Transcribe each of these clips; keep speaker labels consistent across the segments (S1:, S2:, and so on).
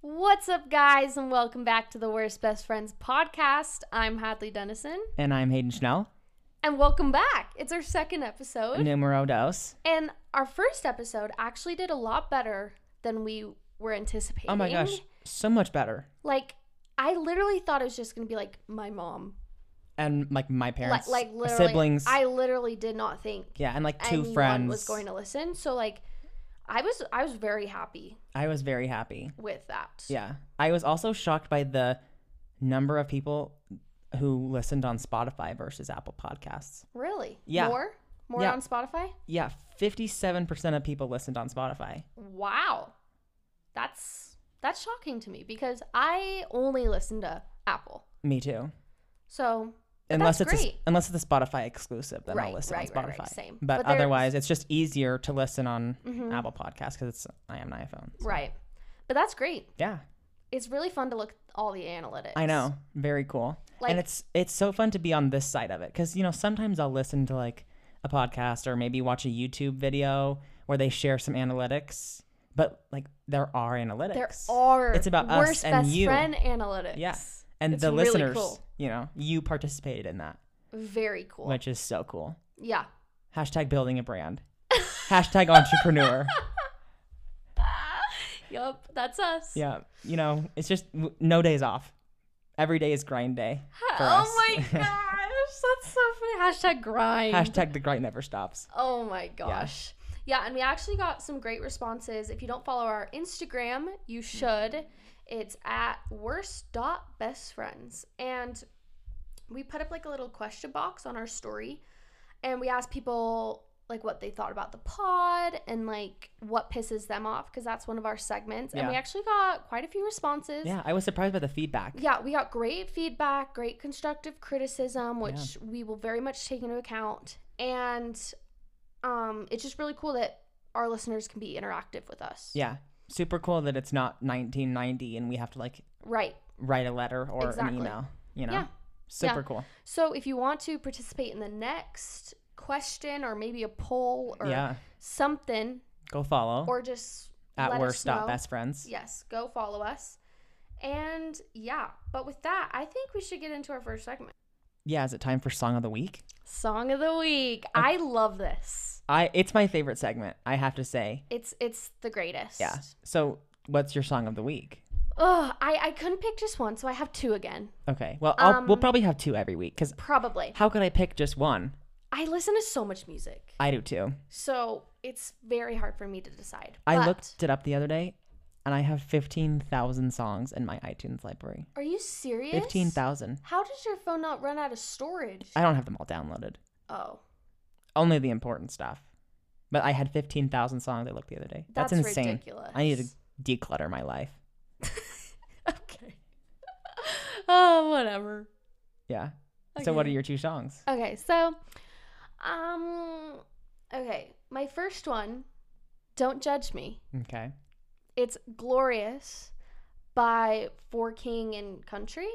S1: What's up, guys, and welcome back to the Worst Best Friends podcast. I'm Hadley Dennison,
S2: And I'm Hayden Schnell,
S1: and welcome back. It's our second episode,
S2: numero dos.
S1: and our first episode actually did a lot better than we were anticipating.
S2: Oh my gosh, so much better.
S1: Like, I literally thought it was just gonna be like my mom,
S2: And like my
S1: like,
S2: parents,
S1: like
S2: my
S1: literally,
S2: siblings,
S1: I literally did not think
S2: yeah, and like two
S1: anyone
S2: friends.
S1: was going to listen. So like, I was I was very happy
S2: I was very happy.
S1: with that.
S2: Yeah, I was also shocked by the number of people who listened on Spotify versus Apple Podcasts.
S1: Really?
S2: Yeah.
S1: More? More
S2: Yeah.
S1: on Spotify?
S2: Yeah, fifty-seven percent of people listened on Spotify.
S1: Wow. That's that's shocking to me because I only listen to Apple.
S2: Me too.
S1: So but
S2: Unless
S1: that's
S2: it's a,
S1: great.
S2: unless it's a Spotify exclusive, then
S1: Right,
S2: I'll listen
S1: right,
S2: on
S1: right,
S2: Spotify.
S1: right, same.
S2: But,
S1: But there's-
S2: otherwise, it's just easier to listen on
S1: Mhm.
S2: Apple Podcasts because it's I have an iPhone.
S1: right. But that's great.
S2: Yeah,
S1: It's really fun to look at all the analytics.
S2: I know. Very cool.
S1: Like-
S2: and it's it's so fun to be on this side of it because you know sometimes I'll listen to like a podcast or maybe watch a YouTube video where they share some analytics, but like there are analytics.
S1: There are
S2: It's about us
S1: worst
S2: and
S1: best
S2: you.
S1: friend analytics.
S2: Yeah. and
S1: It's
S2: the
S1: really
S2: listeners,
S1: cool.
S2: you know, you participated in that,
S1: Very cool.
S2: which is so cool.
S1: yeah.
S2: Hashtag building a brand. Hashtag entrepreneur.
S1: Yup, that's us.
S2: Yeah, you know, it's just w- no days off. Every day is grind day. for us.
S1: oh my gosh. That's so funny. Hashtag grind.
S2: Hashtag the grind never stops.
S1: Oh my gosh. Yeah. and we actually got some great responses. If you don't follow our Instagram, you should. It's at worst.bestfriends. And we put up like a little question box on our story and we asked people like what they thought about the pod and like what pisses them off because that's one of our segments. And
S2: Yeah.
S1: we actually got quite a few responses.
S2: Yeah, I was surprised by the feedback.
S1: Yeah, we got great feedback, great constructive criticism, which we will very much take into account. And um, it's just really cool that our listeners can be interactive with us.
S2: Yeah. Super cool that it's not 1990 and we have to like
S1: Right.
S2: write a letter or
S1: Exactly.
S2: an email, you know?
S1: Yeah.
S2: Super
S1: Yeah.
S2: cool.
S1: So if you want to participate in the next question or maybe a poll or
S2: yeah.
S1: something,
S2: Go follow
S1: or just
S2: at
S1: let
S2: worst
S1: us know.
S2: dot best friends.
S1: Yes, go follow us. And yeah, but with that, I think we should get into our first segment.
S2: Yeah, is it time for song of the week?
S1: Song of the week. I love this.
S2: I it's my favorite segment, I have to say.
S1: It's it's the greatest.
S2: Yeah. So, what's your song of the week?
S1: Ugh, I, I couldn't pick just one, so I have two again.
S2: Okay. Well, I'll, we'll
S1: Um,
S2: probably have two every week cuz
S1: Probably.
S2: how could I pick just one?
S1: I listen to so much music,
S2: I do too.
S1: so it's very hard for me to decide.
S2: I
S1: But-
S2: looked it up the other day and I have 15,000 songs in my iTunes library.
S1: Are you serious?
S2: 15,000.
S1: How does your phone not run out of storage?
S2: I don't have them all downloaded.
S1: oh,
S2: only the important stuff. But I had 15,000 songs I looked the other day. That's,
S1: that's,
S2: insane.
S1: ridiculous.
S2: I need to declutter my life.
S1: okay. oh, whatever.
S2: Yeah. So what
S1: Okay.
S2: are your two songs?
S1: Okay, so, um, okay, my first one, "Don't Judge Me."
S2: Okay.
S1: It's glorious by For King and Country.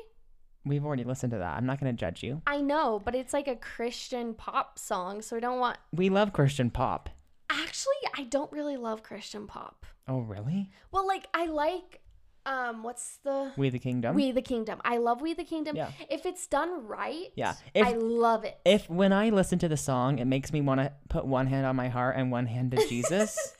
S2: We've already listened to that. I'm not going to judge you.
S1: I know, but it's like a Christian pop song, so I don't want.
S2: We love Christian pop.
S1: Actually, I don't really love Christian pop.
S2: Oh, really?
S1: Well, like I like um what's the
S2: We the Kingdom?
S1: We the Kingdom. I love We the Kingdom.
S2: Yeah.
S1: If it's done right,
S2: Yeah. If-
S1: I love it.
S2: if when I listen to the song, it makes me want to put one hand on my heart and one hand to Jesus,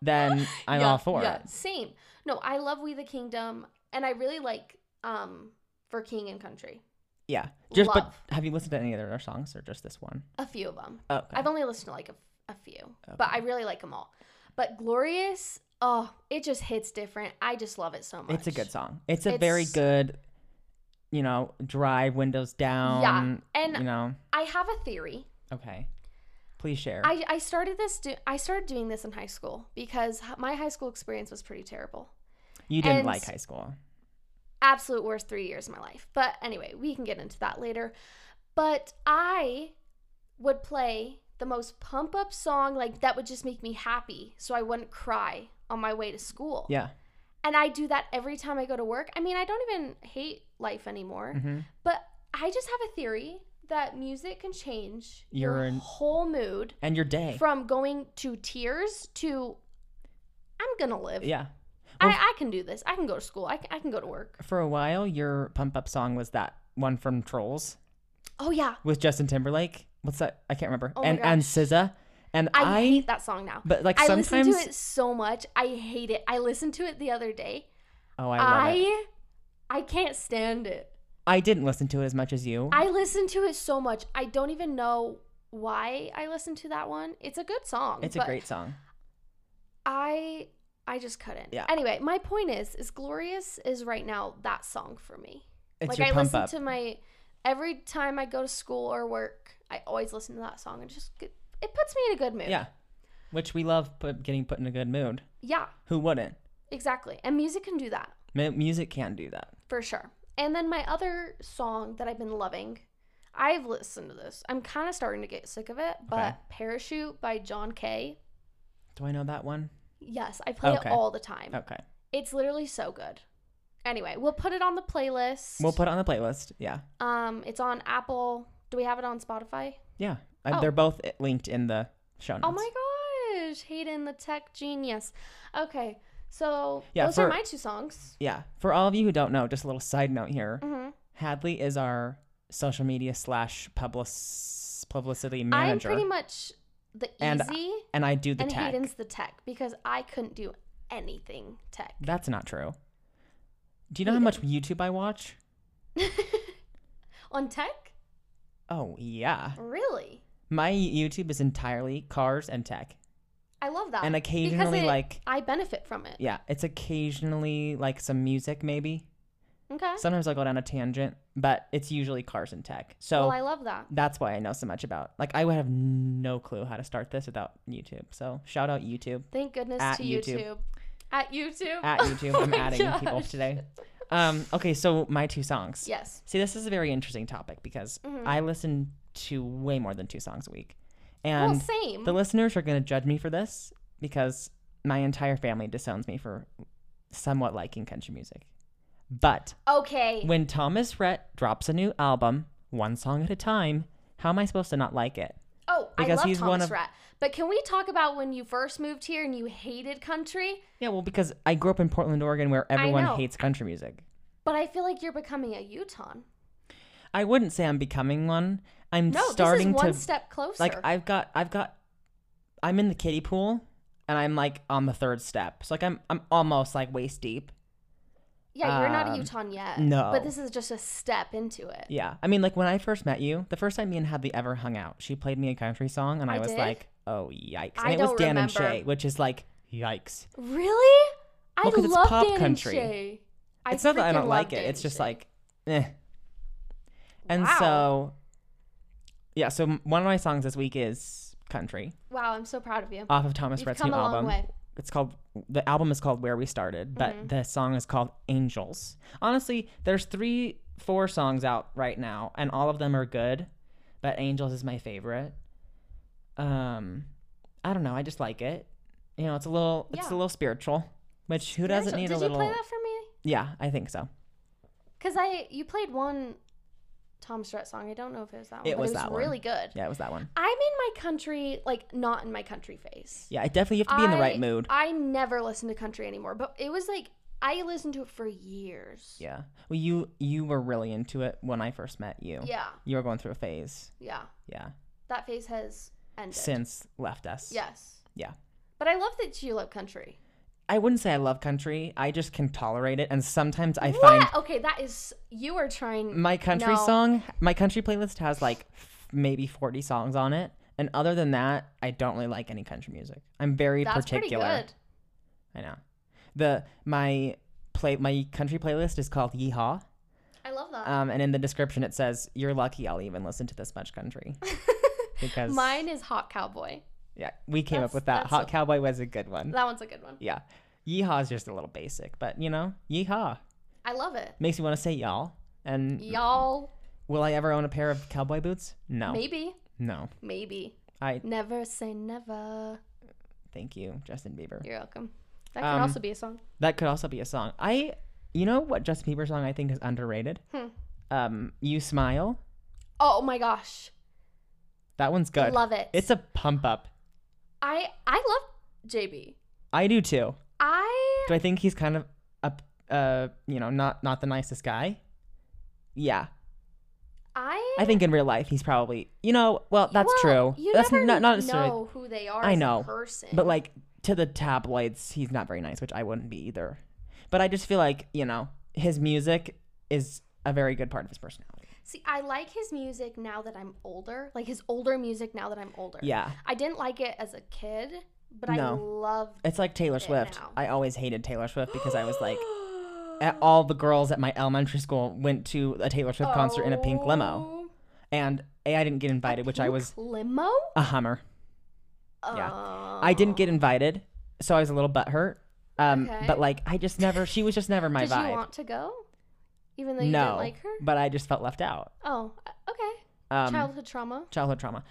S2: then I'm
S1: Yeah,
S2: all for
S1: yeah,
S2: it.
S1: Same. No, I love We the Kingdom and I really like um For King and Country.
S2: Yeah. Just
S1: Love.
S2: but have you listened to any other songs or just this one?
S1: A few of them.
S2: Oh, okay.
S1: I've only listened to like a, a few, but I really like them all. But Glorious, oh, it just hits different. I just love it so much.
S2: It's a good song. It's a
S1: It's-
S2: very good, you know, dry windows down.
S1: and-
S2: you know,
S1: I have a theory.
S2: okay. Please share.
S1: I, I started this do, I started doing this in high school because h- my high school experience was pretty terrible.
S2: you didn't
S1: and-
S2: like high school.
S1: Absolute worst 3 years of my life. But anyway, we can get into that later. But I would play the most pump up song like that would just make me happy so I wouldn't cry on my way to school.
S2: Yeah.
S1: And I do that every time I go to work. I mean, I don't even hate life anymore,
S2: hmm
S1: but I just have a theory that music can change
S2: Your
S1: your
S2: en-
S1: whole mood
S2: And your day.
S1: from going to tears to I'm gonna live.
S2: yeah.
S1: I, I can do this. I can go to school. I can, I can go to work.
S2: For a while, your pump up song was that one from Trolls
S1: Oh yeah,
S2: with Justin Timberlake. What's that? I can't remember.
S1: Oh my
S2: and and
S1: gosh.
S2: SZA. And
S1: I,
S2: I,
S1: hate that song now.
S2: but like
S1: I
S2: sometimes.
S1: listen to it so much. I hate it. I listened to it the other day.
S2: Oh, I love it.
S1: I I, can't stand it.
S2: I didn't listen to it as much as you.
S1: I listened to it so much. I don't even know why I listened to that one. It's a good song.
S2: it's a
S1: but
S2: great song.
S1: I I just couldn't.
S2: Yeah.
S1: Anyway, my point is is Glorious is right now that song for me.
S2: It's
S1: like
S2: your
S1: I
S2: pump
S1: listen
S2: up.
S1: to my every time I go to school or work, I always listen to that song and just get- it puts me in a good mood.
S2: yeah, which we love put, getting put in a good mood.
S1: Yeah,
S2: Who wouldn't?
S1: exactly. And music can do that.
S2: Mu music can do that.
S1: For sure. And then my other song that I've been loving, I've listened to this. I'm kind of starting to get sick of it, but
S2: Okay.
S1: Parachute by John Kay.
S2: Do I know that one?
S1: Yes, I play
S2: Okay.
S1: it
S2: Oh.
S1: all the time.
S2: Okay,
S1: It's literally so good. Anyway, we'll put it on the playlist.
S2: we'll put it on the playlist. Yeah,
S1: um, it's on Apple. Do we have it on Spotify?
S2: yeah. I,
S1: Oh.
S2: They're both eh, linked in the show notes.
S1: Oh my gosh, Hayden the tech genius. Okay, so
S2: Yeah,
S1: those
S2: for-
S1: are my two songs.
S2: Yeah. For all of you who don't know, just a little side note here.
S1: hmm
S2: Hadley is our social media slash public- publicity
S1: I'm
S2: manager,
S1: pretty much the easy.
S2: And and I do the
S1: and
S2: tech.
S1: Hayden's the tech because I couldn't do anything tech.
S2: That's not true. Do you know how much YouTube I watch?
S1: On tech?
S2: Oh yeah,
S1: Really?
S2: my YouTube is entirely cars and tech,
S1: I love that.
S2: and
S1: because
S2: occasionally
S1: it-
S2: like
S1: I benefit from it.
S2: yeah, it's occasionally like some music maybe.
S1: Okay.
S2: Sometimes I'll go down a tangent, but it's usually cars and tech. So
S1: well, I love that.
S2: that's why I know so much about. Like I would have no clue how to start this without YouTube. So shout out YouTube.
S1: Thank goodness
S2: At
S1: to
S2: YouTube.
S1: YouTube. At YouTube.
S2: At YouTube,
S1: Oh
S2: I'm
S1: my
S2: adding people
S1: gosh.
S2: today. Um, okay, so my two songs.
S1: Yes.
S2: See, this is a very interesting topic because
S1: Mhm.
S2: I listen to way more than two songs a week,
S1: Well,
S2: and
S1: same.
S2: the listeners are going to judge me for this because my entire family disowns me for somewhat liking country music. But
S1: okay.
S2: when Thomas Rhett drops a new album, one song at a time, how am I supposed to not like it?
S1: Oh, I
S2: because
S1: love
S2: he's
S1: Thomas
S2: one of-
S1: Rhett. But can we talk about when you first moved here and you hated country?
S2: Yeah, well, because I grew up in Portland, Oregon, where
S1: know.
S2: everyone hates country music.
S1: But I feel like you're becoming a Utah.
S2: I wouldn't say I'm becoming one. I'm
S1: No,
S2: starting
S1: this is one
S2: to
S1: step closer.
S2: like I've got I've got I'm in the kiddie pool and I'm like on the third step. So like I'm I'm almost like waist deep.
S1: yeah, you're not
S2: um,
S1: a Utah yet.
S2: no.
S1: But this is just a step into it.
S2: Yeah. I mean like when I first met you, the first time me and Hadley ever hung out, she played me a country song and I,
S1: I
S2: was
S1: did?
S2: like, "Oh, yikes." And
S1: I
S2: it was
S1: don't
S2: Dan and
S1: remember.
S2: Shay, which is like yikes.
S1: Really? I
S2: Well, 'cause it's
S1: love
S2: pop
S1: Dan
S2: country.
S1: and Shay. I
S2: it's not that I
S1: freaking
S2: don't
S1: love
S2: like it.
S1: Dan
S2: It's
S1: and
S2: just
S1: Shay.
S2: like eh. And
S1: Wow.
S2: so yeah, so one of my songs this week is country
S1: wow, I'm so proud of you.
S2: off of Thomas
S1: You've
S2: Rhett's
S1: come
S2: new
S1: a long
S2: album.
S1: way. Mm-hmm.
S2: it's called the album is called Where We Started, but the song is called Angels. Honestly, there's three, four songs out right now, and all of them are good, but Angels is my favorite. Um, I don't know, I just like it. You know, it's a little, it's a
S1: Yeah.
S2: little spiritual, which who doesn't
S1: Rachel,
S2: need
S1: Did
S2: a little?
S1: you play that for me?
S2: Yeah, I think so.
S1: Because I you played one Tom Strutt song. I don't know if it was that one.
S2: It
S1: but
S2: was
S1: it was
S2: that one.
S1: really good.
S2: Yeah, it was that one.
S1: I'm in my country, like not in my country phase.
S2: Yeah, it definitely you have to be in the right
S1: I-
S2: mood.
S1: I never listen to country anymore, but it was like I listened to it for years.
S2: yeah. Well, you you were really into it when I first met you.
S1: yeah,
S2: You were going through a phase.
S1: yeah.
S2: Yeah.
S1: That phase has ended.
S2: Since left us.
S1: Yes.
S2: Yeah.
S1: But I love that you love country.
S2: I wouldn't say I love country. I just can tolerate it, and sometimes I find
S1: What? Okay, that is you are trying.
S2: my country
S1: No.
S2: song, my country playlist has like f- maybe forty songs on it, and other than that, I don't really like any country music. I'm very
S1: That's
S2: particular.
S1: pretty good.
S2: I know. The my play my country playlist is called Yeehaw,
S1: I love that.
S2: um, and in the description it says, "You're lucky I'll even listen to this much country," because
S1: Mine is Hot Cowboy.
S2: yeah, we came up
S1: That's-
S2: with that.
S1: that's
S2: Hot
S1: a-
S2: Cowboy was a good one.
S1: That one's a good one.
S2: Yeah, Yeehaw is just a little basic, but you know, Yeehaw
S1: I love it.
S2: makes me want to say y'all. And
S1: Y'all,
S2: Will I ever own a pair of cowboy boots? Mm-hmm. No.
S1: maybe,
S2: No.
S1: maybe.
S2: I
S1: Never say never.
S2: thank you, Justin Bieber.
S1: You're welcome. That can
S2: Um,
S1: also be a song.
S2: That could also be a song. I you know what Justin Bieber song I think is underrated?
S1: Hmm.
S2: Um You Smile.
S1: Oh my gosh,
S2: That one's
S1: I
S2: good.
S1: love it.
S2: It's a pump up.
S1: I I love JB.
S2: I do too.
S1: I
S2: Do I think he's kind of up, uh, you know, not not the nicest guy? Yeah,
S1: I
S2: I think in real life he's probably, you know, well that's
S1: Well,
S2: true.
S1: You
S2: that's
S1: never
S2: not not necessarily,
S1: know who they are.
S2: I
S1: as a
S2: know,
S1: person,
S2: but like to the tabloids, he's not very nice, which I wouldn't be either. But I just feel like you know his music is a very good part of his personality.
S1: see, I like his music now that I'm older. Like his older music now that I'm older.
S2: Yeah,
S1: I didn't like it as a kid, but I
S2: No.
S1: loved.
S2: it's like Taylor Swift.
S1: now.
S2: I always hated Taylor Swift because I was like. at- all the girls at my elementary school went to a Taylor Swift concert in a pink limo,
S1: Oh,
S2: and a I didn't get invited, which I
S1: pink
S2: was
S1: limo.
S2: a Hummer. Yeah.
S1: Oh.
S2: I didn't get invited, so I was a little butthurt. Um,
S1: Okay.
S2: but like I just never, she was just never my
S1: Did
S2: vibe.
S1: you want to go? Even though you
S2: no,
S1: didn't like her.
S2: but I just felt left out.
S1: Oh, uh, okay.
S2: Um,
S1: Childhood trauma.
S2: childhood trauma.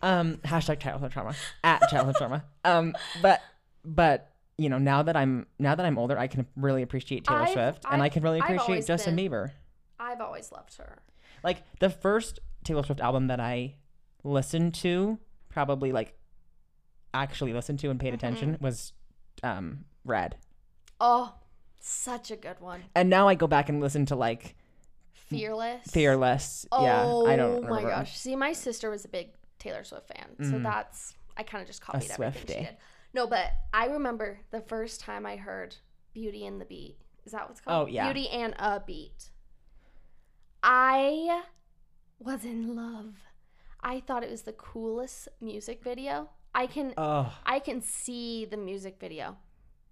S2: um, hashtag childhood trauma at childhood trauma. Um, but but you know now that I'm now that I'm older, I can really appreciate Taylor
S1: I've-
S2: Swift, and I
S1: I've-
S2: can really
S1: I've
S2: appreciate
S1: always
S2: Justin
S1: been-
S2: Bieber.
S1: I've always loved her.
S2: Like the first Taylor Swift album that I listened to, probably like actually listened to and
S1: Mm-hmm.
S2: paid attention was um Red.
S1: Oh, such a good one.
S2: And now I go back and listen to like
S1: Fearless.
S2: Fearless.
S1: Oh
S2: yeah, I don't remember.
S1: my gosh. See, my sister was a big Taylor Swift fan, so
S2: Mm.
S1: that's I kind of just copied everything she
S2: Swiftie.
S1: did. No, but I remember the first time I heard Beauty and the Beat. Is that what's
S2: Oh,
S1: called?
S2: yeah.
S1: Beauty and a Beat. I was in love. I thought it was the coolest music video. I can
S2: Oh,
S1: I can see the music video.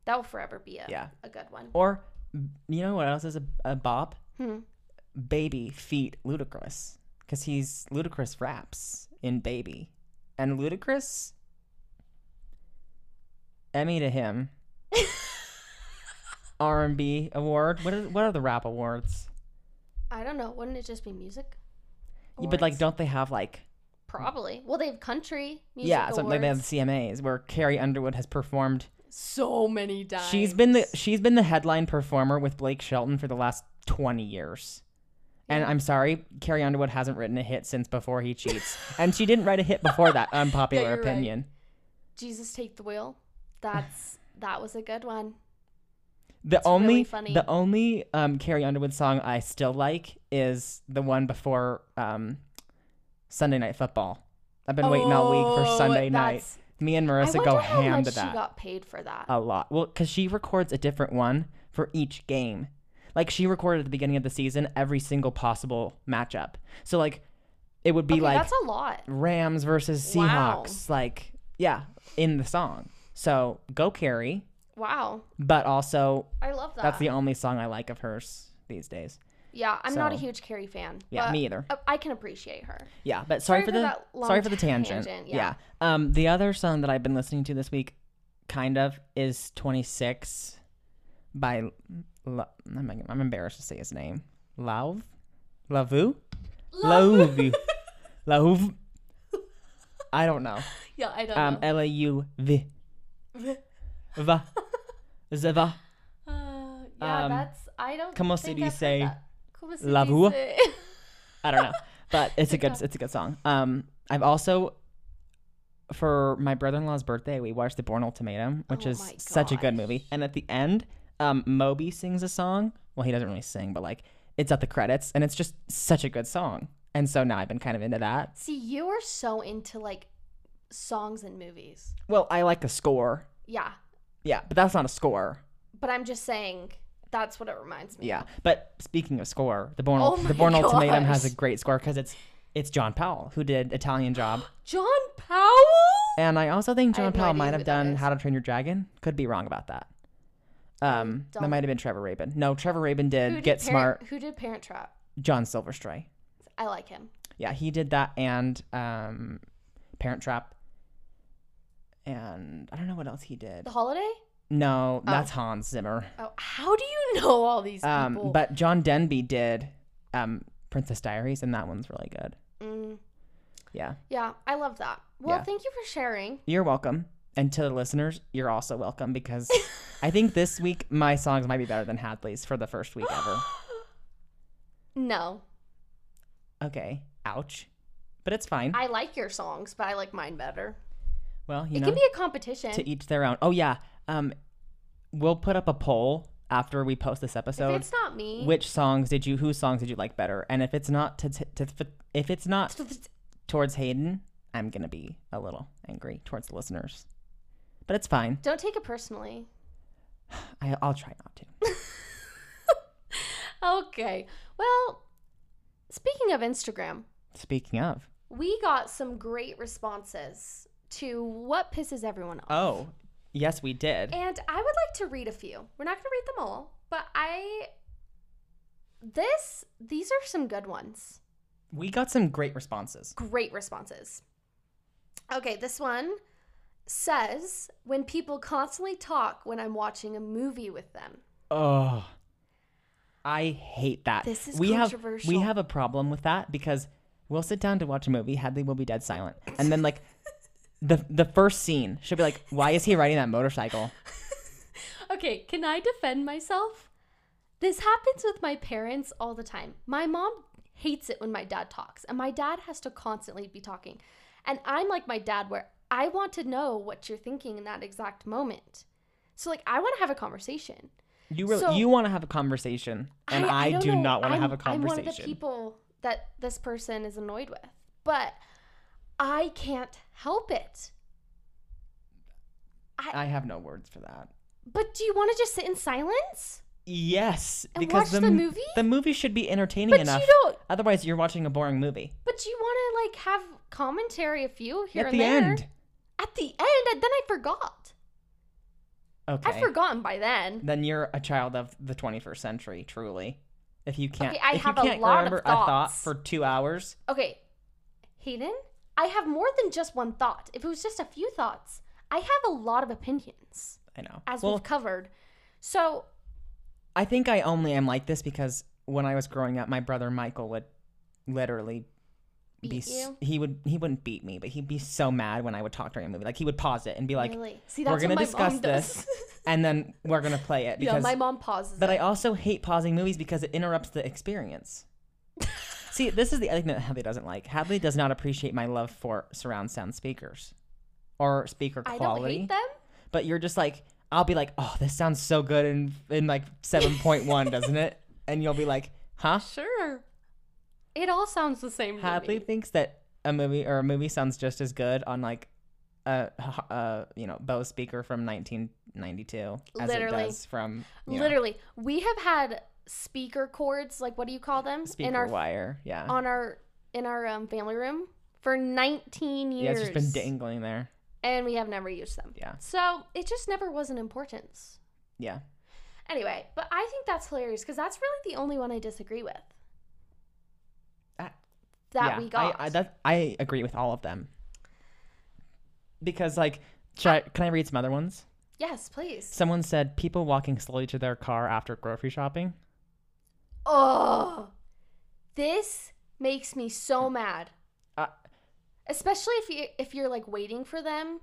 S1: That will forever be a,
S2: yeah.
S1: a good one.
S2: Or you know what else is a, a bop?
S1: Hmm.
S2: Baby feat Ludacris, because he's Ludacris raps in Baby, and Ludacris. Emmy to him. R and B award. What are what are the rap awards?
S1: I don't know. Wouldn't it just be music?
S2: Yeah, but like,
S1: Awards?
S2: don't they have like
S1: probably. Well, they have country music.
S2: yeah, something like they have
S1: awards.
S2: CMAs where Carrie Underwood has performed.
S1: So many times.
S2: She's been the she's been the headline performer with Blake Shelton for the last twenty years. And I'm sorry, Carrie Underwood hasn't written a hit since before he cheats, and she didn't write a hit before that. Unpopular
S1: you're right.
S2: opinion.
S1: Jesus take the wheel. That's that was a good one.
S2: The only
S1: really funny.
S2: the only um, Carrie Underwood song I still like is the one before um, Sunday Night Football. I've been waiting all week for
S1: Oh,
S2: Sunday night.
S1: that's-
S2: Me and
S1: I
S2: Marissa
S1: wonder
S2: go
S1: how
S2: ham
S1: much
S2: to
S1: she
S2: that.
S1: got paid for that.
S2: a lot. Well, because she records a different one for each game. Like she recorded at the beginning of the season every single possible matchup. So like it would be
S1: Okay,
S2: like
S1: that's a lot.
S2: Rams versus
S1: Wow.
S2: Seahawks. Like yeah, in the song. So go Carrie,
S1: Wow,
S2: but also
S1: I love that.
S2: that's the only song I like of hers these days.
S1: yeah, I'm not a
S2: so-
S1: huge Carrie fan.
S2: Yeah,
S1: but
S2: me either.
S1: I- I can appreciate her.
S2: Yeah, but sorry, for,
S1: that
S2: the
S1: long
S2: sorry for the tangent.
S1: tangent,
S2: yeah.
S1: yeah.
S2: Um, the other song that I've been listening to this week, kind of, is Twenty Six, by L- I'm, I'm embarrassed to say his name. Lauv, Lavu, Lauv, Lauv. I don't know.
S1: Yeah, I don't
S2: Um, L a u v,
S1: know.
S2: va, zeva,
S1: Uh, yeah,
S2: um,
S1: that's I don't.
S2: como se
S1: think I've heard
S2: dice
S1: that. Como se
S2: lavou?
S1: dice-
S2: I don't know, but it's a good it's a good song. Um, I've also for my brother in law's birthday we watched The Born Ultimatum, which
S1: Oh
S2: is
S1: my
S2: such a good
S1: gosh.
S2: movie. And at the end, um, Moby sings a song. Well, he doesn't really sing, but like it's at the credits, and it's just such a good song. And so now I've been kind of into that.
S1: See, you are so into like songs and movies.
S2: Well, I like the score.
S1: Yeah,
S2: Yeah, but that's not a score.
S1: but I'm just saying that's what it reminds me.
S2: Yeah, but speaking of score, The Born
S1: Oh my
S2: The Born Ultimatum has a
S1: gosh.
S2: great score because it's it's John Powell who did Italian Job.
S1: John Powell.
S2: And I also think John
S1: have no
S2: Powell
S1: idea
S2: might have
S1: who that
S2: done
S1: is.
S2: How to Train Your Dragon. Could be wrong about that. Um, that
S1: don't-
S2: might have been Trevor Rabin. No, Trevor Rabin did,
S1: Who did
S2: Get
S1: Parent-
S2: Smart.
S1: Who did Parent Trap?
S2: John Silverstray.
S1: I like him.
S2: Yeah, he did that and um, Parent Trap. And I don't know what else he did.
S1: The Holiday.
S2: No, that's Hans Zimmer.
S1: Oh, how do you know all these people?
S2: Um, but John Denby did um, Princess Diaries, and that one's really good.
S1: Mm,
S2: Yeah,
S1: yeah, I love that. Well,
S2: Yeah.
S1: thank you for sharing.
S2: you're welcome. And to the listeners, you're also welcome because I think this week my songs might be better than Hadley's for the first week ever.
S1: No,
S2: Okay. Ouch. But it's fine.
S1: I like your songs, but I like mine better.
S2: well, you
S1: it
S2: know,
S1: can be a competition.
S2: to each their own. Oh yeah. Um, we'll put up a poll after we post this
S1: if
S2: episode.
S1: it's not me,
S2: Which songs did you? Whose songs did you like better? And if it's not to, to, to if it's not towards Hayden, I'm gonna be a little angry towards the listeners. But it's fine.
S1: don't take it personally.
S2: I, I'll try not to.
S1: Okay. Well, speaking of Instagram,
S2: Speaking of,
S1: we got some great responses to what pisses everyone off.
S2: oh yes, we did.
S1: And I would like to read a few. We're not going to read them all, but I this these are some good ones.
S2: We got some great responses.
S1: Great responses. Okay, this one says when people constantly talk when I'm watching a movie with them.
S2: Oh, I hate that.
S1: This is
S2: we Have, we
S1: controversial.
S2: have a problem with that because we'll sit down to watch a movie. Hadley will be dead silent, and then like the the first scene, she'll be like, "Why is he riding that motorcycle?"
S1: Okay, can I defend myself? This happens with my parents all the time. My mom hates it when my dad talks, and my dad has to constantly be talking. And I'm like my dad, where I want to know what you're thinking in that exact moment. So, like, I want to have a conversation.
S2: You really
S1: So-
S2: you want to have a conversation, and I,
S1: don't
S2: do
S1: know.
S2: not want to
S1: I'm-
S2: have a
S1: I'm one of the
S2: conversation.
S1: people that this person is annoyed with, but I can't help it.
S2: I have no words for that.
S1: But do you want to just sit in silence?
S2: Yes,
S1: And
S2: because
S1: watch
S2: the,
S1: the
S2: m-
S1: movie?
S2: the movie should be entertaining
S1: But
S2: enough.
S1: you don't.
S2: Otherwise, you're watching a boring movie.
S1: But you want to like have commentary a few here
S2: At
S1: and
S2: the
S1: there.
S2: end,
S1: At the end, and then I forgot.
S2: okay.
S1: I've forgotten by then.
S2: then you're a child of the 21st century, truly. If you can't,
S1: Okay, I
S2: if
S1: have
S2: you
S1: a
S2: can't
S1: lot of
S2: remember a thought
S1: thoughts.
S2: for two hours,
S1: Okay, Hayden, I have more than just one thought. If it was just a few thoughts, I have a lot of opinions,
S2: I know.
S1: as
S2: well,
S1: we've covered. So
S2: I think I only am like this because when I was growing up, my brother Michael would literally be
S1: Beat
S2: s-
S1: you?
S2: he would he wouldn't beat me, but he'd be so mad when I would talk during a movie. Like he would pause it and be like,
S1: really, see,
S2: "We're
S1: that's
S2: gonna
S1: what my
S2: discuss
S1: mom
S2: this
S1: does.
S2: and then we're gonna play it
S1: yeah,
S2: because
S1: my mom pauses.
S2: But
S1: it.
S2: I also hate pausing movies because it interrupts the experience. See, this is the other thing that Hadley doesn't like. Hadley does not appreciate my love for surround sound speakers or speaker
S1: I
S2: quality.
S1: don't hate them.
S2: But you're just like, I'll be like, oh, this sounds so good in, in like 7.1, doesn't it? And you'll be like, huh?
S1: Sure, it all sounds the same. to
S2: Hadley
S1: me.
S2: thinks that a movie or a movie sounds just as good on like a, a you know Bose speaker from 1992 as
S1: Literally.
S2: it does from you know,
S1: Literally, we have had speaker cords, like what do you call them? in
S2: speaker
S1: our
S2: wire. Yeah,
S1: on our in our um, family room for 19
S2: yeah,
S1: years.
S2: it's just been dangling there.
S1: and we have never used them.
S2: Yeah.
S1: So it just never was an importance.
S2: Yeah.
S1: Anyway, but I think that's hilarious because that's really the only one I disagree with.
S2: That-
S1: that
S2: Yeah,
S1: we got.
S2: I, I, that, I agree with all of them. Because, like, should I, can I read some other ones?
S1: yes, please.
S2: Someone said people walking slowly to their car after grocery shopping.
S1: Oh, this makes me so mad.
S2: Uh,
S1: Especially if you if you're like waiting for them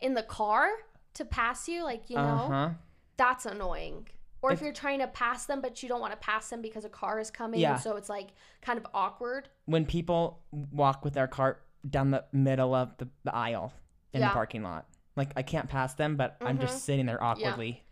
S1: in the car to pass you, like you know.
S2: Uh huh.
S1: that's annoying. Or if,
S2: If-
S1: you're trying to pass them, but you don't want to pass them because a car is coming,
S2: Yeah.
S1: so it's like kind of awkward.
S2: When people walk with their cart down the middle of the, the aisle in
S1: Yeah. Mm-hmm.
S2: the parking lot. Like, I can't pass them, but I'm just sitting there awkwardly.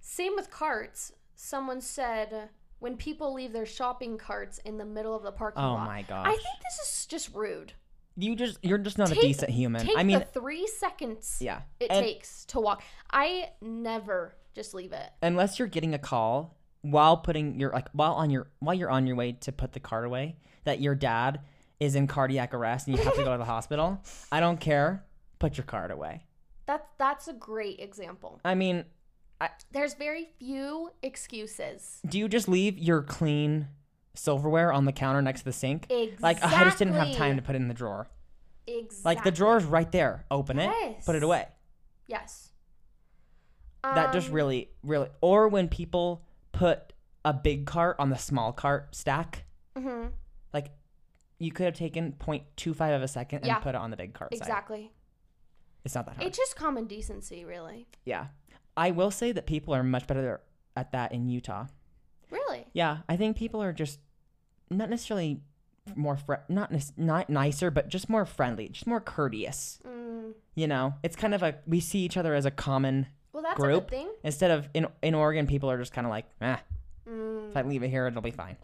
S1: Same with carts. Someone said when people leave their shopping carts in the middle of the parking
S2: Oh
S1: lot.
S2: my
S1: I
S2: gosh.
S1: think this is just rude.
S2: you just, you're just not a
S1: Take-
S2: decent human.
S1: Take
S2: I mean,
S1: the three seconds
S2: yeah.
S1: it
S2: And-
S1: takes to walk. I never just leave it.
S2: unless you're getting a call while putting your like while on your while you're on your way to put the cart away that your dad is in cardiac arrest and you have to go to the hospital i don't care put your card away
S1: That that's a great example.
S2: i mean
S1: There's very few excuses.
S2: do you just leave your clean silverware on the counter next to the sink
S1: Exactly.
S2: like i just didn't have time to put it in the drawer
S1: Exactly.
S2: like the drawer's right there open it put it
S1: Yes.
S2: away
S1: Yes.
S2: that just
S1: Um,
S2: really really or when people put a big cart on the small cart stack
S1: mhm.
S2: Like you could have taken 0.25 of a second and
S1: Yeah.
S2: put it on the big cart side.
S1: Exactly.
S2: It's not that hard.
S1: It's just common decency, really.
S2: yeah. I will say that people are much better at that in Utah.
S1: Really.
S2: Yeah, I think people are just not necessarily more fr- not nes- not nicer, but just more friendly, just more courteous.
S1: Mm,
S2: You know, it's kind of a we see each other as a common
S1: Well, that's a
S2: Group.
S1: good thing.
S2: Instead of in in Oregon, people are just kind of like, ah,
S1: Mm,
S2: if I leave it here, it'll be fine.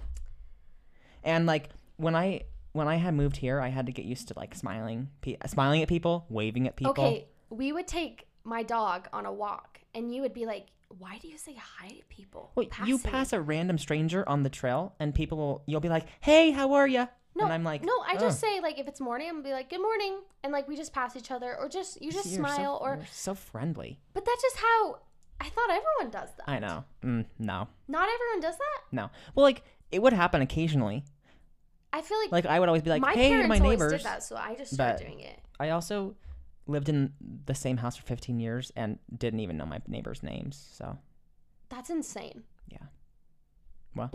S2: And like when I when I had moved here, I had to get used to like smiling, pe- smiling at people, waving at people.
S1: Okay, we would take my dog on a walk, and you would be like, "Why do you say hi to people?"
S2: Wait, you
S1: Passing."
S2: pass a random stranger on the trail, and people will you'll be like, "Hey, how are you?"
S1: No,
S2: and I'm like,
S1: no, I
S2: "Ugh,
S1: just say like if it's morning, I'm be like, "Good morning," and like we just pass each other, or just you just
S2: you're so-
S1: smile, or
S2: you're so friendly."
S1: but that's just how I thought everyone does that.
S2: I know. Mm, no,
S1: Not everyone does that.
S2: no. Well, like it would happen occasionally.
S1: I feel like,
S2: Like I would always be like,
S1: my
S2: "Hey,
S1: parents
S2: my
S1: always
S2: neighbors."
S1: did that, so I just started
S2: but-
S1: doing it.
S2: I also lived in the same house for 15 years and didn't even know my neighbors' names. So
S1: That's insane.
S2: Yeah. Well.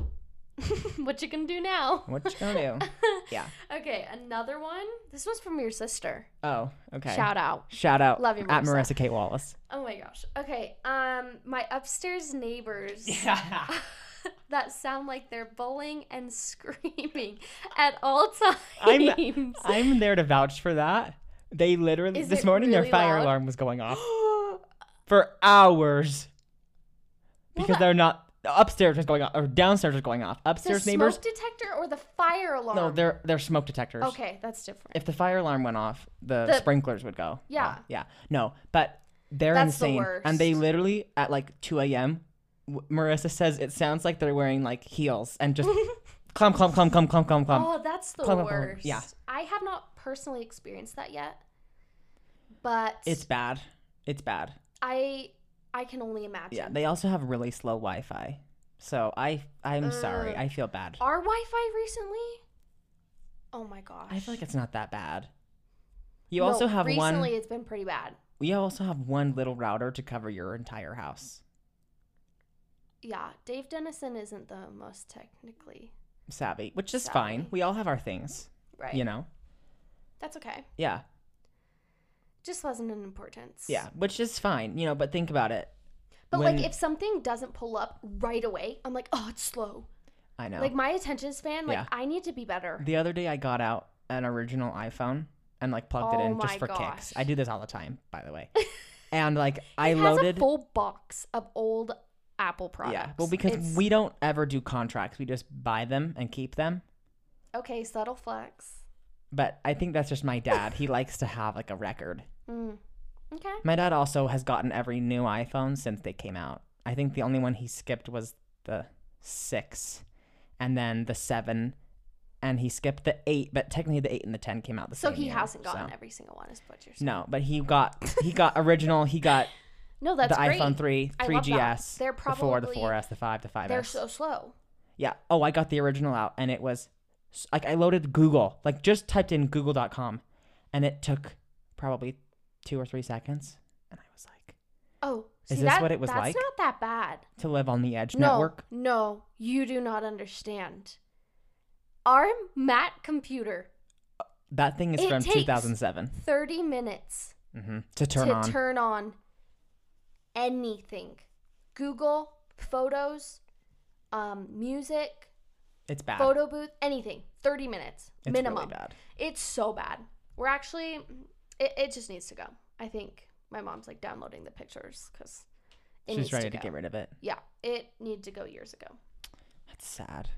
S1: what you gonna do now?
S2: what you gonna do? yeah.
S1: Okay, another one. This was from your sister.
S2: Oh, okay.
S1: Shout out.
S2: Shout out
S1: Love you,
S2: at
S1: Marissa.
S2: Marissa Kate Wallace.
S1: Oh my gosh. Okay. Um, my upstairs neighbors
S2: Yeah.
S1: that sound like they're bowling and screaming at all times.
S2: I'm- I'm there to vouch for that. They literally
S1: Is
S2: this
S1: it
S2: morning
S1: really
S2: their fire
S1: loud?
S2: alarm was going off for hours
S1: Well,
S2: because
S1: that-
S2: they're not upstairs was going off or downstairs was going off.
S1: the
S2: Upstairs
S1: smoke
S2: neighbors
S1: detector or the fire alarm.
S2: no, they're they're smoke detectors.
S1: okay. That's different.
S2: If the fire alarm went off, the,
S1: The-
S2: sprinklers would go.
S1: Yeah.
S2: off. Yeah. No, but they're
S1: That's the
S2: insane. And they
S1: worst.
S2: literally at like 2 a.m. w- Marissa says it sounds like they're wearing like heels and just clump clump clump clump clump clump clump.
S1: oh, that's the
S2: Clum, clum, clum.
S1: worst.
S2: Yeah.
S1: I have not personally experienced that yet, but
S2: It's bad. It's bad.
S1: I I can only imagine.
S2: Yeah, they also have really slow Wi-Fi. So I I'm sorry.
S1: Ugh.
S2: I feel bad.
S1: Our Wi-Fi recently. Oh my gosh.
S2: I feel like it's not that bad. You
S1: No,
S2: also have
S1: recently
S2: one
S1: it's been pretty bad.
S2: you also have one little router to cover your entire house.
S1: Yeah, Dave Dennison isn't the most technically
S2: Savvy, which is fine.
S1: Savvy.
S2: We all have our things,
S1: right.
S2: you know.
S1: That's okay.
S2: Yeah.
S1: Just wasn't an importance.
S2: Yeah, which is fine, you know, but think about it.
S1: But
S2: when-
S1: like if something doesn't pull up right away, I'm like, oh, it's slow.
S2: I know.
S1: Like my attention span, like
S2: Yeah.
S1: I need to be better.
S2: the other day I got out an original iPhone and like plugged
S1: Oh
S2: it in
S1: my
S2: just for
S1: gosh.
S2: kicks. I do this all the time, by the way. and like I
S1: it has
S2: loaded
S1: a full box of old Apple products.
S2: Yeah. Well, because
S1: It's-
S2: we don't ever do contracts. We just buy them and keep them.
S1: okay, subtle flex.
S2: But I think that's just my dad. he likes to have like a record.
S1: Mm. Okay.
S2: My dad also has gotten every new iPhone since they came out. I think the only one he skipped was the 6 and then the 7 and he skipped the 8, but technically the 8 and the 10 came out the
S1: So
S2: same
S1: he
S2: year,
S1: hasn't gotten
S2: so-
S1: every single one, is what you're saying.
S2: No, but he got he got original, he got
S1: No, that's
S2: the
S1: great.
S2: iPhone 3,
S1: I love that.
S2: 3GS,
S1: They're
S2: the 4, the
S1: probably-
S2: 4S, the 5, the 5S.
S1: They're so slow.
S2: Yeah. Oh, I got the original out and it was like I loaded Google, like just typed in google.com and it took probably two or three seconds. And I was like,
S1: Oh, see,
S2: Is this
S1: that,
S2: what it was
S1: that's
S2: like?
S1: not that bad.
S2: to live on the Edge
S1: no,
S2: network.
S1: no, you do not understand. Our Mac computer,
S2: That thing is
S1: It
S2: from
S1: takes
S2: 2007
S1: thirty minutes
S2: hmm to turn
S1: to
S2: on.
S1: turn on anything, Google photos, um, music,
S2: it's bad.
S1: photo booth, anything. Thirty minutes
S2: it's
S1: minimum.
S2: really bad.
S1: It's so bad. We're actually, it, it just needs to go. I think my mom's like downloading the pictures because
S2: She's ready to,
S1: go.
S2: get rid of it.
S1: Yeah, it needed to go years ago.
S2: That's sad.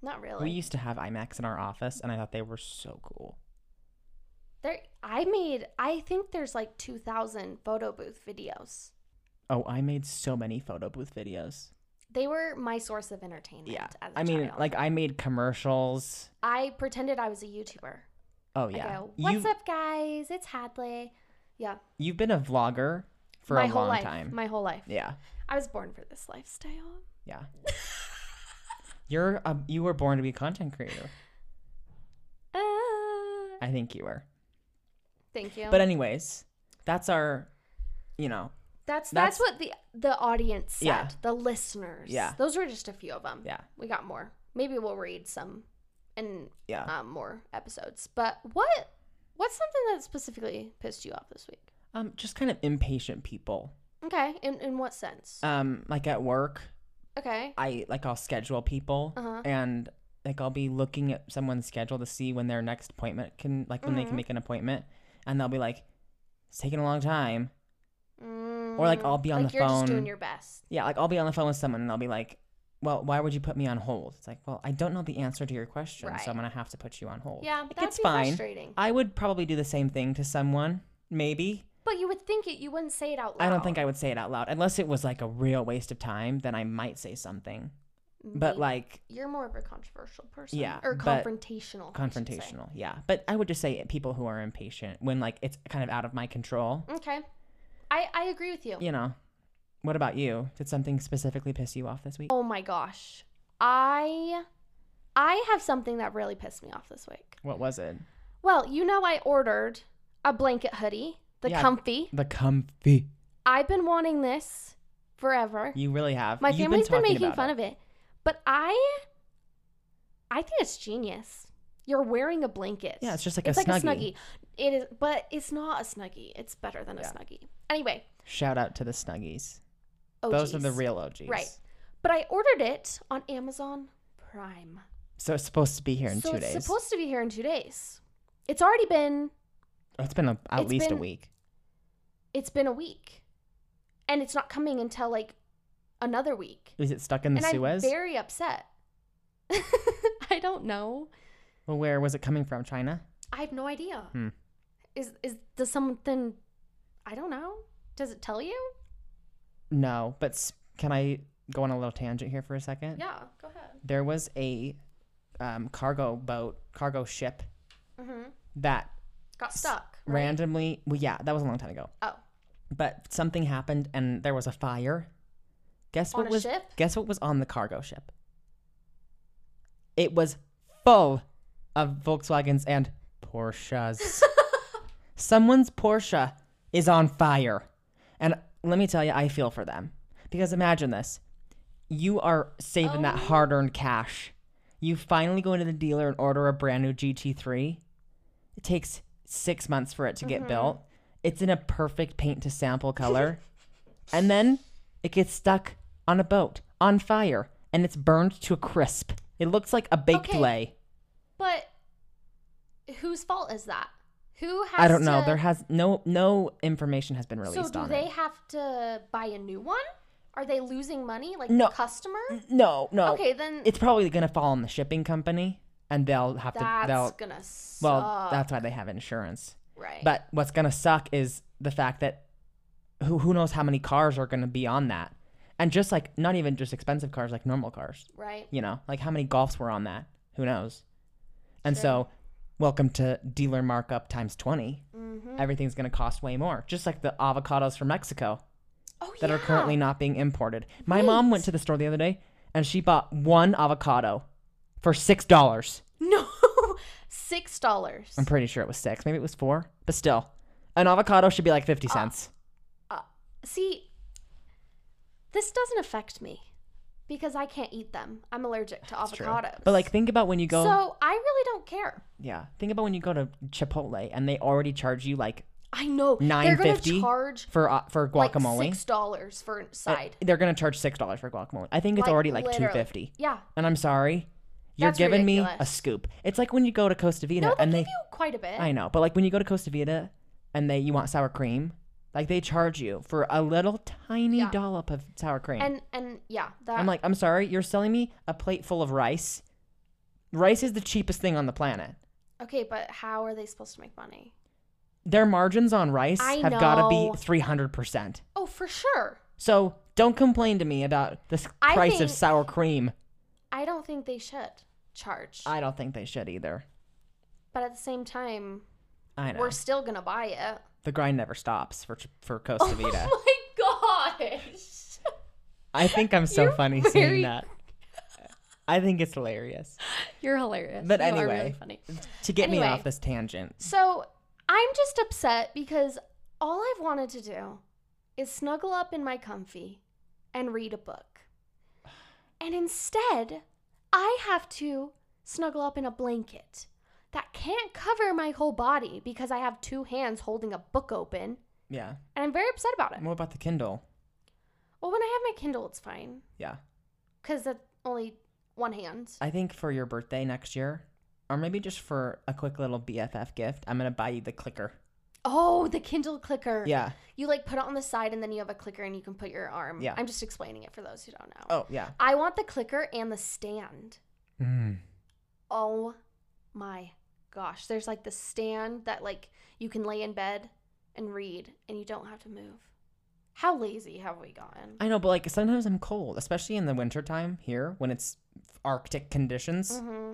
S1: Not
S2: We
S1: really.
S2: used to have IMAX in our office and I thought they were so cool.
S1: There, I made. I think there's like 2,000 photo booth videos.
S2: Oh, I made so many photo booth videos.
S1: They were my source of entertainment.
S2: Yeah.
S1: as a
S2: I mean,
S1: child.
S2: like I made commercials.
S1: I pretended I was a YouTuber.
S2: Oh
S1: I
S2: yeah.
S1: go, "What's
S2: you,
S1: up, guys? It's Hadley." Yeah,
S2: You've been a vlogger for
S1: my
S2: a
S1: whole
S2: long
S1: life.
S2: time.
S1: My whole life.
S2: Yeah,
S1: I was born for this lifestyle.
S2: yeah. You're a, you were born to be a content creator.
S1: Ah,
S2: I think you were.
S1: thank you.
S2: But uh, anyways, that's our, you know,
S1: that's, that's
S2: that's-
S1: what the the audience said.
S2: Yeah.
S1: The listeners.
S2: Yeah.
S1: Those were just a few of them.
S2: yeah,
S1: We got more. Maybe we'll read some and
S2: yeah.
S1: um, more episodes. But what what's something that specifically pissed you off this week?
S2: Um, just kind of impatient people.
S1: Okay, in in what sense?
S2: Um, like at work,
S1: okay,
S2: I like I'll schedule people
S1: Uh-huh.
S2: and like I'll be looking at someone's schedule to see when their next appointment can like when they
S1: Mhm.
S2: can make an appointment, and they'll be like, "It's taking a long time," Or like I'll be on
S1: Mm, like
S2: the
S1: you're
S2: phone.
S1: just doing your best.
S2: yeah, like I'll be on the phone with someone and they'll be like, "Well, why would you put me on hold?" It's like, "Well, I don't know the answer to your question,
S1: Right.
S2: so I'm gonna have to put you on hold."
S1: Yeah,
S2: like,
S1: that'd
S2: it's
S1: be
S2: fine.
S1: frustrating.
S2: I would probably do the same thing to someone, maybe.
S1: But you would think it. You wouldn't say it out loud.
S2: I don't think I would say it out loud unless it was like a real waste of time. Then I might say something, but
S1: Maybe.
S2: like
S1: you're more of a controversial person.
S2: Yeah,
S1: or
S2: but-
S1: confrontational. I should say.
S2: confrontational, yeah. But I would just say it- people who are impatient when like it's kind of out of my control.
S1: Okay, I I agree with you.
S2: You know. What about you? Did something specifically piss you off this week?
S1: Oh my gosh, I I have something that really pissed me off this week.
S2: What was it?
S1: Well, you know I ordered a blanket hoodie, the
S2: Yeah.
S1: comfy.
S2: The comfy.
S1: I've been wanting this forever.
S2: You really have.
S1: My
S2: You've
S1: family's been,
S2: talking
S1: making
S2: about
S1: fun
S2: it.
S1: of it, but I I think it's genius. You're wearing a blanket.
S2: Yeah, it's just like
S1: it's
S2: a
S1: like a
S2: snuggie.
S1: snuggie. It is, but it's not a snuggie. It's better than a snuggie. Anyway,
S2: Shout out to the Snuggies.
S1: oh,
S2: Those are the
S1: geez.
S2: real OGs.
S1: Right. But I ordered it on Amazon Prime.
S2: So it's supposed to be here in
S1: so
S2: two
S1: it's
S2: days.
S1: supposed to be here in two days. It's already been
S2: it's been a, at
S1: it's
S2: least a
S1: been-
S2: week.
S1: it's been a week, and it's not coming until like another week.
S2: Is it stuck in the
S1: and
S2: Suez?
S1: I'm very upset. I don't know.
S2: well, where was it coming from? China?
S1: I have no idea.
S2: Hmm.
S1: Is is does something? I don't know. Does it tell you?
S2: No. But s- can I go on a little tangent here for a second?
S1: Yeah, go ahead.
S2: There was a um, cargo boat, cargo ship
S1: Mm-hmm.
S2: that
S1: Got stuck. Right?
S2: randomly, well, yeah, that was a long time ago.
S1: Oh,
S2: But something happened and there was a fire. Guess
S1: On
S2: what
S1: a
S2: was
S1: ship?
S2: guess what was on the cargo ship? It was full of Volkswagens and Porsches. Someone's Porsche is on fire. And let me tell you, I feel for them. Because imagine this. You are saving that
S1: Oh.
S2: hard-earned cash. You finally go into the dealer and order a brand new GT3. It takes 6 months for it to get
S1: Mm-hmm.
S2: built. It's in a perfect paint to sample color. and then it gets stuck on a boat on fire and it's burned to a crisp. It looks like a baked
S1: Okay.
S2: lay.
S1: but whose fault is that? Who has?
S2: I don't know.
S1: to-
S2: There has no no information has been
S1: So
S2: released
S1: do
S2: on
S1: they
S2: it.
S1: have to buy a new one? Are they losing money, like
S2: No.
S1: the customer?
S2: No, no.
S1: Okay, then
S2: It's probably gonna fall on the shipping company and they'll have
S1: that's
S2: to they'll
S1: gonna suck.
S2: well, that's why they have insurance.
S1: right.
S2: But what's gonna suck is the fact that who who knows how many cars are gonna be on that. And just like not even just expensive cars, like normal cars.
S1: right.
S2: you know like how many golfs were on that who knows and so welcome to dealer markup times 20 everything's going to cost way more just like the avocados from mexico
S1: Oh
S2: that
S1: yeah.
S2: are currently not being imported my mom went to the store the other day and she bought one avocado for six dollars
S1: no six dollars.
S2: i'm pretty sure it was six maybe it was four but still an avocado should be like 50 cents
S1: Uh, See, this doesn't affect me because I can't eat them. I'm allergic to
S2: It's true.
S1: avocados.
S2: but like think about when you go
S1: so I really don't care.
S2: yeah think about when you go to chipotle and they already charge you like
S1: I know they're gonna
S2: $9.50
S1: charge
S2: for uh, for
S1: like
S2: guacamole Uh,
S1: six dollars for side.
S2: They're gonna charge six dollars for guacamole. I think it's already like two
S1: literally.
S2: fifty.
S1: Yeah,
S2: And I'm sorry, you're
S1: That's
S2: giving me a
S1: ridiculous.
S2: scoop. It's like when you go to Costa Vida
S1: no, they
S2: and
S1: give
S2: they,
S1: you quite a bit.
S2: I know, but like when you go to Costa Vida and they, you want sour cream, like they charge you for a little tiny
S1: Yeah.
S2: dollop of sour cream.
S1: and and yeah, that
S2: I'm like, I'm sorry, you're selling me a plate full of rice. Rice is the cheapest thing on the planet.
S1: Okay, but how are they supposed to make money?
S2: Their margins on rice
S1: I
S2: have got to
S1: know.
S2: be three hundred percent.
S1: Oh, for sure.
S2: So don't complain to me about the s-
S1: I
S2: price of
S1: think-
S2: sour cream.
S1: I don't think they should charge.
S2: I don't think they should either.
S1: but at the same time,
S2: I know.
S1: we're still going to buy it.
S2: the grind never stops for for Costa Vida.
S1: Oh my gosh.
S2: I think I'm so
S1: You're
S2: funny
S1: very-
S2: saying that. I think it's hilarious.
S1: You're hilarious.
S2: But
S1: You are
S2: anyway.
S1: really funny.
S2: To get me
S1: Anyway.
S2: off this tangent,
S1: So I'm just upset because all I've wanted to do is snuggle up in my comfy and read a book. And instead, I have to snuggle up in a blanket that can't cover my whole body because I have two hands holding a book open.
S2: yeah.
S1: And I'm very upset about it.
S2: And What about the Kindle?
S1: Well, when I have my Kindle, it's fine
S2: Yeah,
S1: because that's only one hand.
S2: I think for your birthday next year, or maybe just for a quick little BFF gift, I'm gonna buy you the clicker.
S1: Oh, the Kindle clicker.
S2: Yeah.
S1: You like put it on the side and then you have a clicker and you can put your arm.
S2: Yeah.
S1: I'm just explaining it for those who don't know.
S2: Oh, yeah.
S1: I want the clicker and the stand.
S2: Mm.
S1: Oh my gosh. There's like the stand that like you can lay in bed and read and you don't have to move. How lazy have we gotten?
S2: I know, but like sometimes I'm cold, especially in the wintertime here when it's Arctic conditions.
S1: hmm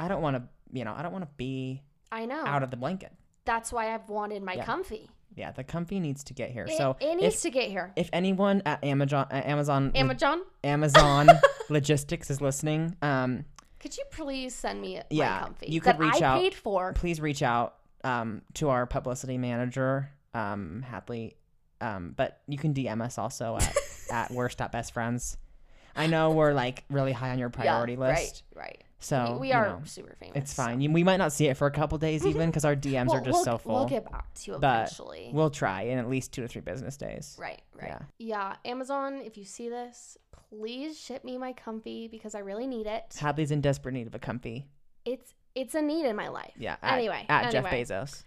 S2: I don't want to, you know, I don't want to be
S1: I know.
S2: out of the blanket.
S1: That's why I've wanted my
S2: Yeah.
S1: comfy.
S2: Yeah, the comfy needs to get here.
S1: It,
S2: so
S1: it needs
S2: if,
S1: to get here.
S2: if anyone at Amazon, uh, Amazon, lo-
S1: Amazon,
S2: Amazon Logistics is listening, um,
S1: could you please send me
S2: Yeah,
S1: my comfy
S2: you could
S1: that
S2: reach
S1: I
S2: out.
S1: paid for?
S2: please reach out um, to our publicity manager, um, Hadley. Um, but you can DM us also at, at worst at best friends. I know we're like really high on your priority
S1: Yeah,
S2: list,
S1: Right, right.
S2: so
S1: we, we
S2: you
S1: are
S2: know,
S1: super famous.
S2: it's fine. You- We might not see it for a couple days even because our DMs
S1: Mm-hmm. We'll-
S2: are just
S1: we'll,
S2: so full.
S1: We'll get back to you
S2: but
S1: eventually.
S2: We'll try in at least two to three business days.
S1: right, right. Yeah. Amazon, if you see this, please ship me my comfy because I really need it.
S2: Hadley's in desperate need of a comfy.
S1: It's it's a need in my life.
S2: Yeah. At,
S1: Anyway,
S2: At
S1: anyway.
S2: Jeff Bezos.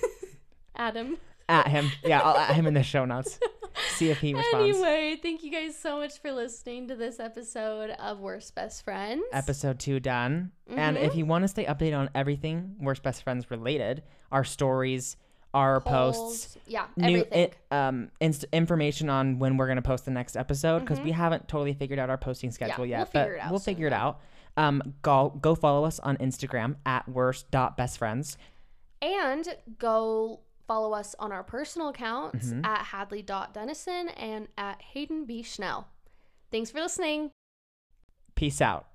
S1: Adam.
S2: At him. Yeah, I'll at him in the show notes. See if he responds.
S1: Anyway, thank you guys so much for listening to this episode of Worst Best Friends.
S2: Episode two done. And
S1: Mm-hmm.
S2: if you want to stay updated on everything Worst Best Friends related, our stories, our posts,
S1: Polls. Yeah,
S2: new
S1: everything.
S2: i- um inst- information on when we're going to post the next episode because we haven't totally figured out our posting schedule
S1: Mm-hmm. we'll
S2: yet
S1: figure
S2: but
S1: it out
S2: we'll
S1: soon,
S2: figure it out um go go follow us on instagram at worst dot best friends
S1: and go follow us on our personal accounts
S2: Mm-hmm.
S1: at hadley.dennison and at Hayden B. Schnell. Thanks for listening.
S2: peace out